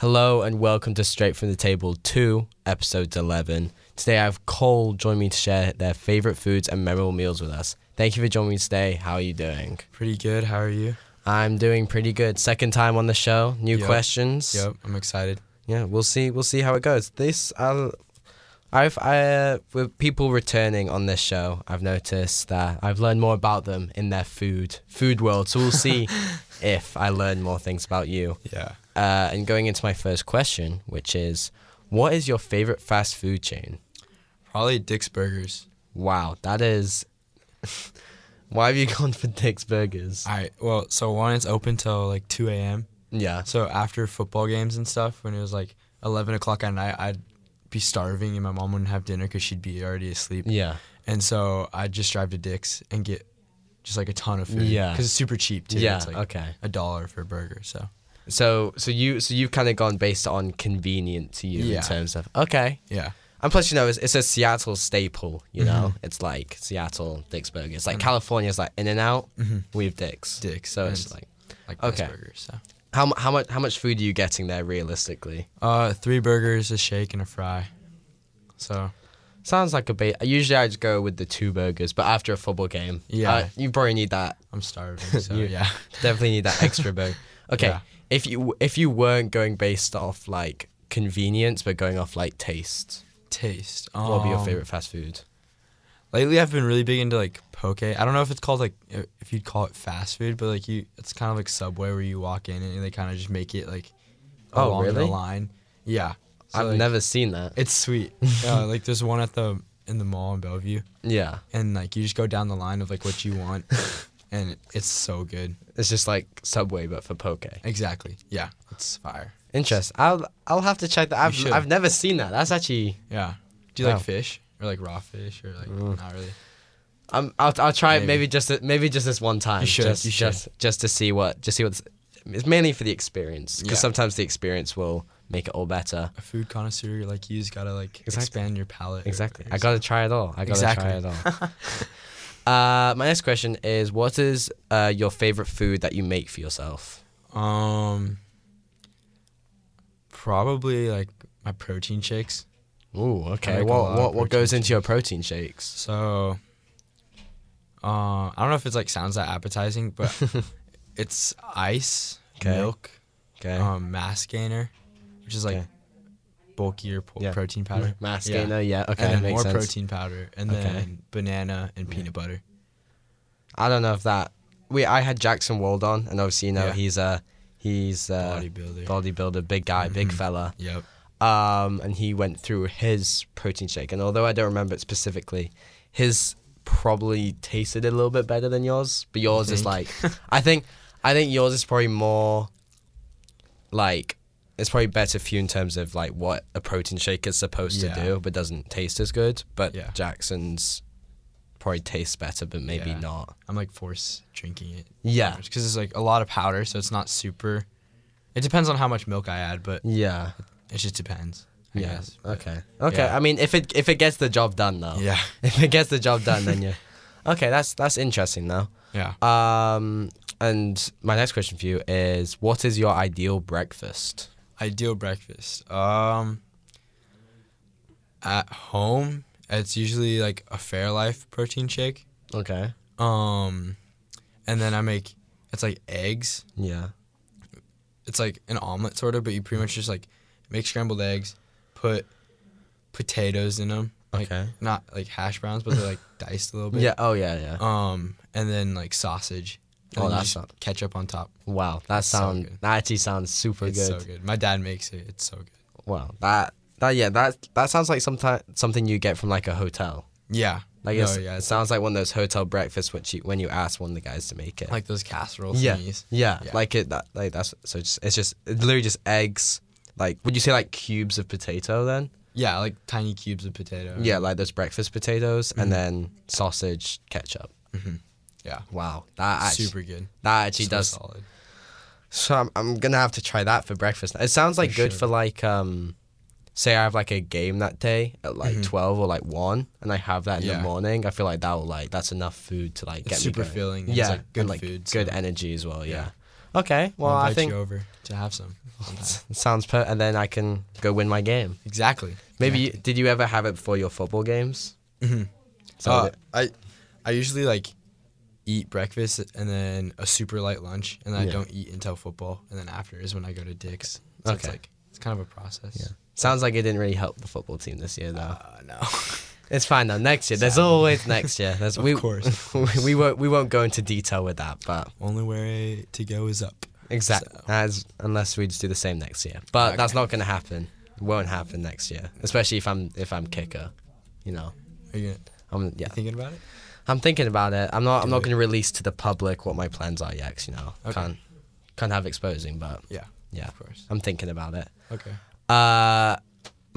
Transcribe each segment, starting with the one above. Hello and welcome to Straight from the Table 2, episode 11. Today I have Cole join me to share their favorite foods and memorable meals with us. Thank you for joining me today. How are you doing? Pretty good. How are you? I'm doing pretty good. Second time on the show, new Yep. questions. Yep, I'm excited. Yeah, we'll see. We'll see how it goes. This I'll, I've I uh, with people returning on this show, I've noticed that I've learned more about them in their food food world. So we'll see if I learn more things about you. Yeah. Uh, and going into my first question, which is, what is your favorite fast food chain? Probably Dick's Burgers. Wow, that is. Why have you gone for Dick's Burgers? All right. Well, so one, it's open till like 2 a.m. Yeah. So after football games and stuff, when it was like 11 o'clock at night, I'd be starving and my mom wouldn't have dinner because she'd be already asleep. Yeah. And so I'd just drive to Dick's and get just like a ton of food. Yeah. Because it's super cheap too. Yeah. It's like okay. a dollar for a burger. So So so you so you've kind of gone based on convenient to you Yeah. in terms of okay. yeah. And plus, you know, it's, it's a Seattle staple. You know, Mm-hmm. it's like Seattle Dick's Burger. It's like California's like In and Out. We have Dick's. Mm-hmm. Dick's, So it's and- like Like Dick's Okay. Burgers. So. how mu- how much how much food are you getting there realistically? Uh, three burgers, a shake, and a fry. So Sounds like a bit. Usually, I just go with the two burgers, but after a football game, Yeah. uh, you probably need that. I'm starving. So You- yeah. Definitely need that extra burger. Okay, Yeah. if you if you weren't going based off like convenience, but going off like taste, taste. what would be your Um, favorite fast food? Lately, I've been really big into like poke. I don't know if it's called like i- if you'd call it fast food, but like you, it's kind of like Subway where you walk in and they kind of just make it like Oh, along the really? line. Yeah, So, I've like, never seen that. It's sweet. yeah, like there's one at the in the mall in Bellevue, Yeah, and like you just go down the line of like what you want, and it's so good. it's just like Subway, but for poke. Exactly. Yeah, it's fire. Interest. I'll I'll have to check that. I've should. I've never seen that. That's actually. Yeah. Do you Wow. like fish or like raw fish or like not really? I'm. I'll I'll try it maybe Maybe. just maybe just this one time. You should, Just, you should. Just just to see what just see what's. It's mainly for the experience because Yeah. sometimes the experience will make it all better. A food connoisseur like you just gotta like Exactly. expand your palate. or- Exactly. or I gotta try it all. I gotta try it all. uh, my next question is: What is uh, your favorite food that you make for yourself? Um, probably like my protein shakes. Ooh, okay. make a lot What of what what protein goes into your protein shakes? So, uh, I don't know if it's like sounds that appetizing, but it's ice, 'Kay. milk, Okay. um, mass gainer, which is like 'Kay. bulkier po- Yeah. protein powder. Mass Yeah. gainer. Yeah. Okay. and then makes more sense. protein powder, and Okay. then banana and peanut butter. I don't know if that. We I had Jackson Wald on, and obviously you know Yeah. he's a he's uh, a Bodybuilder. bodybuilder, big guy, big Mm-hmm. fella. yep. Um, and he went through his protein shake, and although I don't remember it specifically, his probably tasted a little bit better than yours. But yours is like, think? I think I think yours is probably more like it's probably better for you in terms of like what a protein shake is supposed Yeah. to do, but doesn't taste as good. But Yeah. Jackson's probably tastes better, but maybe Yeah. not. I'm like force drinking it. Yeah. Because it's like a lot of powder, so it's not super. It depends on how much milk I add, but Yeah. It just depends. I Yeah. Guess, but- Okay. Okay. yeah. I mean, if it if it gets the job done though. Yeah. If it gets the job done, then yeah. Okay, that's that's interesting though. Yeah. Um, and my next question for you is, what is your ideal breakfast? Ideal breakfast. Um. At home, it's usually like a Fairlife protein shake. Okay. Um, and then I make it's like eggs. Yeah. It's like an omelet sort of, but you pretty much just like make scrambled eggs, put potatoes in them. Like, Okay. Not like hash browns, but they're like diced a little bit. Yeah. Oh yeah. Yeah. Um, and then like sausage. Oh, And then you that's just not- ketchup on top. Wow. That so sound good. that actually sounds super It's good. so good. My dad makes it. It's so good. Wow. That that yeah that that sounds like sometimes something you get from like a hotel. Yeah. Like No, it's, yeah, it it's sounds like one of those hotel breakfasts which you when you ask one of the guys to make it. like those casserole yeah, thingies. yeah, Yeah. like it. That, like that's so. Just, it's just it's literally just eggs. Like, would you say like cubes of potato then? Yeah, like tiny cubes of potato. Yeah, like those breakfast potatoes, and then sausage, ketchup. Yeah. Wow, that actually, Super good. that actually So Ah, does. solid. So I'm, I'm gonna have to try that for breakfast. It sounds like good sure. for like um, say I have like a game that day at like twelve or like one, and I have that in the Yeah. morning. I feel like that will like that's enough food to like It's get super me going. filling. and Yeah, It's like good and, like, food. good so- energy as well. Yeah. Okay. Well, I'll I invite think you over to have some. sounds per. And then I can go win my game. exactly. Maybe you, did you ever have it before your football games? Mhm. So Uh, I I usually like eat breakfast and then a super light lunch, and then I Yeah. don't eat until football, and then after is when I go to Dick's. So it's Okay. like it's kind of a process. sounds like it didn't really help the football team this year, though. Uh, no. It's fine though. Next year, there's Sadly. always next year. There's, Of we, course, of we won't we won't go into detail with that, but Only way to go is up. exactly So- as unless we just do the same next year. But that's not gonna happen. Won't happen next year, especially if I'm if I'm kicker. You know, Are you, gonna, I'm yeah. you thinking about it? I'm thinking about it. I'm not I'm Do not it. gonna release to the public what my plans are yet. 'cause, you know, Okay. can't can't have exposing, but Yeah. yeah, Of course. I'm thinking about it. Okay. Uh,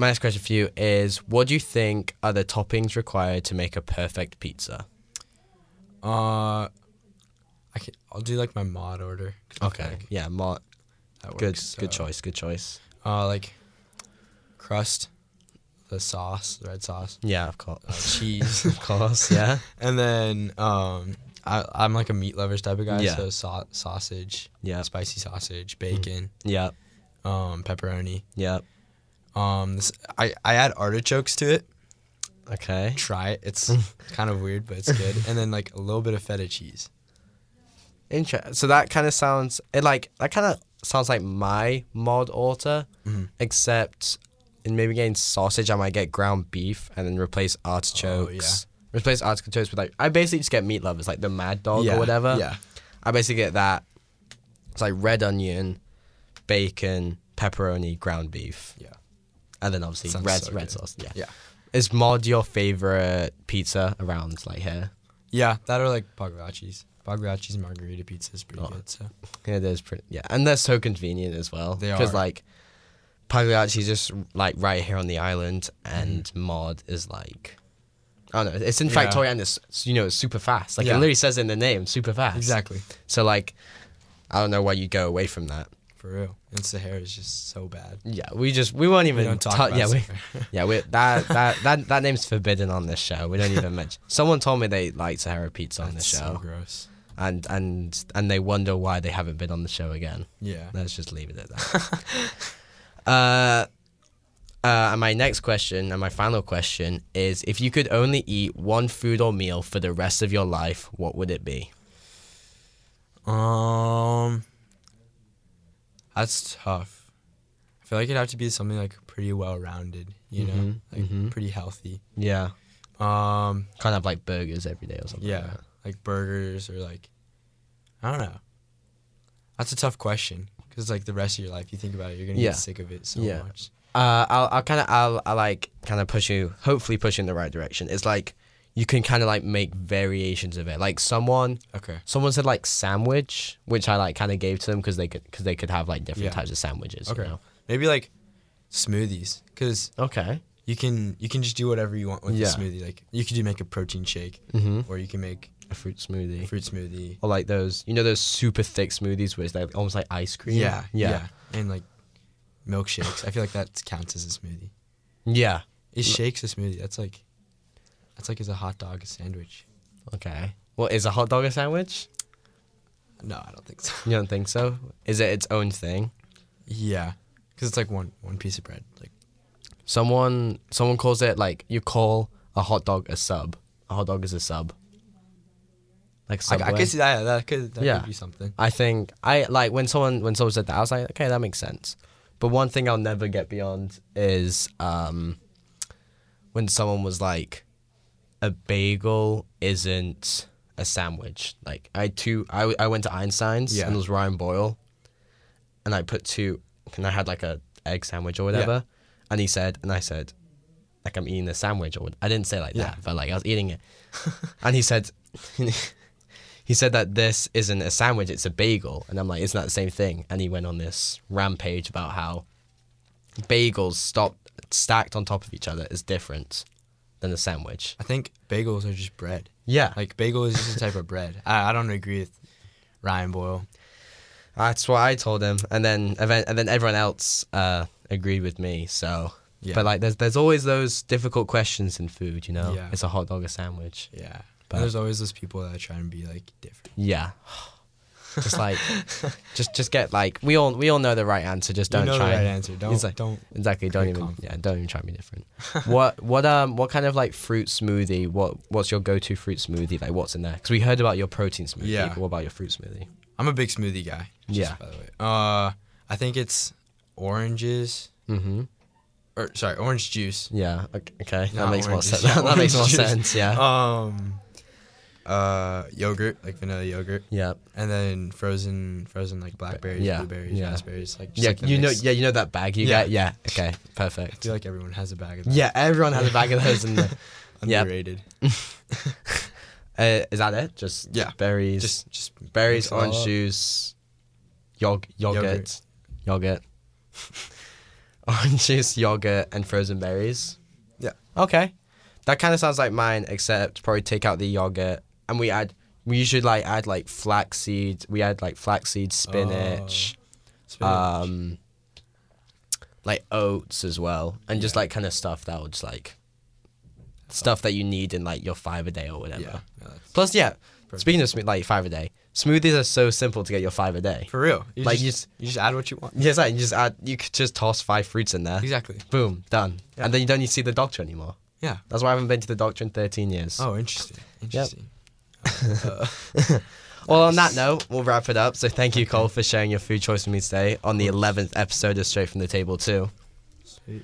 my next question for you is: What do you think are the toppings required to make a perfect pizza? Uh, I can. I'll do like my mod order. 'cause I feel like Yeah, more, that good works, good so- choice. Good choice. Uh, like crust, the sauce, the red sauce, Yeah, of course. uh, cheese, of course. Yeah. And then um, I, I'm like a meat lovers type of guy, Yeah. Mm. so sau- sausage, Yep. spicy sausage, bacon, Yep. um, pepperoni. Yep. Um, this, I I add artichokes to it. Okay. Try it. It's kind of weird, but it's good. And then like a little bit of feta cheese. Interesting. So that kind of sounds it like that kind of sounds like my mod order, except in maybe getting sausage, I might get ground beef and then replace artichokes. Replace artichokes with like I basically just get meat lovers like the Mad Dog or whatever. Yeah. I basically get that. It's like red onion, bacon, pepperoni, ground beef, Yeah. and then obviously Sounds red so red good. sauce. Yeah. Yeah. Is mod your favorite pizza around like here? Yeah. That are like Pagliacci's. Pagliacci's margarita pizza is Oh. pretty good. So It is pretty. Yeah, and they're so convenient as well. They because are. like Pagliacci's just like right here on the island, and mod is like. I don't know. It's in Mm-hmm. Yeah. Factoria and it's you know it's super fast. Like it Yeah. literally says in the name, super fast. exactly. So like, I don't know why you go away from that. For real. And Sahara is just so bad. Yeah, we just we won't even We don't talk tou- about yeah, we, Sahara. yeah, we, that, that that that name's forbidden on this show. We don't even mention. Someone told me they like Sahara Pizza on the That's so show, gross. and and and they wonder why they haven't been on the show again. Yeah. Let's just leave it at that. uh, uh, and my next question and my final question is: If you could only eat one food or meal for the rest of your life, what would it be? Um, that's tough. I feel like it'd have to be something like pretty well rounded, you know, Mhm, like mhm. pretty healthy. Yeah, Um, kind of like burgers every day or something. like yeah, that. like burgers or like, I don't know. That's a tough question because like the rest of your life, you think about it, you're gonna Yeah. get sick of it so Yeah. much. Uh, I'll, I'll kind of, I'll, I'll like kind of push you, hopefully push you in the right direction. It's like you can kind of like make variations of it. Like someone, Okay. someone said like sandwich, which I like kind of gave to them because they could, because they could have like different Yeah. types of sandwiches. Okay. You know? Maybe like smoothies because Okay. you can you can just do whatever you want with Yeah. the smoothie. Like you could do make a protein shake, Mm-hmm. or you can make A fruit a smoothie. fruit smoothie. Or like those, you know, those super thick smoothies where it's like almost like ice cream. Yeah, Yeah. yeah, and like milkshakes. I feel like that counts as a smoothie. Yeah. Is shakes a smoothie? That's like, that's like is a hot dog a sandwich? Okay. Well, is a hot dog a sandwich? No, I don't think so. You don't think so? Is it its own thing? Yeah, because it's like one one piece of bread. Like Someone someone calls it like you call a hot dog a sub. A hot dog is a sub. Like I, subway. I could see that. That could that Yeah. could be something. I think I like when someone when someone said that I was like okay that makes sense. But one thing I'll never get beyond is um when someone was like a bagel isn't a sandwich. Like I had two I, w- I went to Einstein's Yeah. and it was Ryan Boyle and I put two and I had like a egg sandwich or whatever and he said and I said like I'm eating a sandwich or what- I didn't say it like Yeah. that but like I was eating it and he said he said that this isn't a sandwich it's a bagel and I'm like isn't that the same thing and he went on this rampage about how bagels stopped stacked on top of each other is different than a sandwich I think bagels are just bread. yeah like Like bagel is just a type of bread. I, I don't agree with Ryan Boyle. that's what I told him and then event and then everyone else uh agreed with me so Yeah. but like there's there's always those difficult questions in food you know Yeah. it's a hot dog a sandwich Yeah, But- but there's always those people that try and be like different. Yeah. Just like, just just get like we all we all know the right answer. Just don't you know try. the right and- answer. Don't like- don't. Exactly. Don't Pretty even confident. yeah. Don't even try and be different. what what um what kind of like fruit smoothie? What what's your go-to fruit smoothie? Like what's in there? Because we heard about your protein smoothie. Yeah. but What about your fruit smoothie? I'm a big smoothie guy. just Yeah. By the way, uh, I think it's oranges Mm-hmm. or sorry, orange juice. Yeah. ok- Okay. That Not makes more orange sense. juice, yeah, that makes more orange juice. sense. Yeah. Um, uh, yogurt like vanilla yogurt, yeah. and then frozen frozen like blackberries, Yeah, blueberries, yeah. raspberries. Like just Yeah. like the you know. mix. Yeah. You know that bag you Yeah. get. Yeah. Okay. I Perfect. feel like everyone has a bag of that. Yeah. Everyone has a bag of those in there. Yeah. Underrated. Uh, is that it? Just Yeah. berries. Just just berries, mix it all orange up. juice, yog- yogurt, Yogurt. yogurt, orange juice, yogurt, and frozen berries. Yeah. Okay, that kind of sounds like mine, except probably take out the yogurt and we add. We usually like add like flaxseed. We add like flaxseed, spinach, Spinach. um, like oats as well, and just like kind of stuff that would just like stuff that you need in like your five a day or whatever. yeah. No, that's- Plus, yeah. Speaking of sm- like five a day, smoothies are so simple to get your five a day. For real. You Like, just, you you, s- just, add what you want. Yes, like, you just add. You could just toss five fruits in there. Exactly. Boom, done. Yeah. And then you don't need to see the doctor anymore. Yeah. That's why I haven't been to the doctor in 13 years. Oh, interesting. Interesting. Uh, well, on that note, we'll wrap it up. So thank you, Cole, for sharing your food choice with me today on the 11th episode of Straight from the Table too. sweet.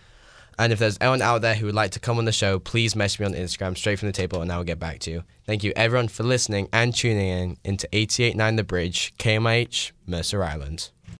And if there's anyone out there who would like to come on the show, please message me on Instagram, Straight from the Table, and I will get back to you. Thank you, everyone, for listening and tuning in into 889 The Bridge, KMH, Mercer Island.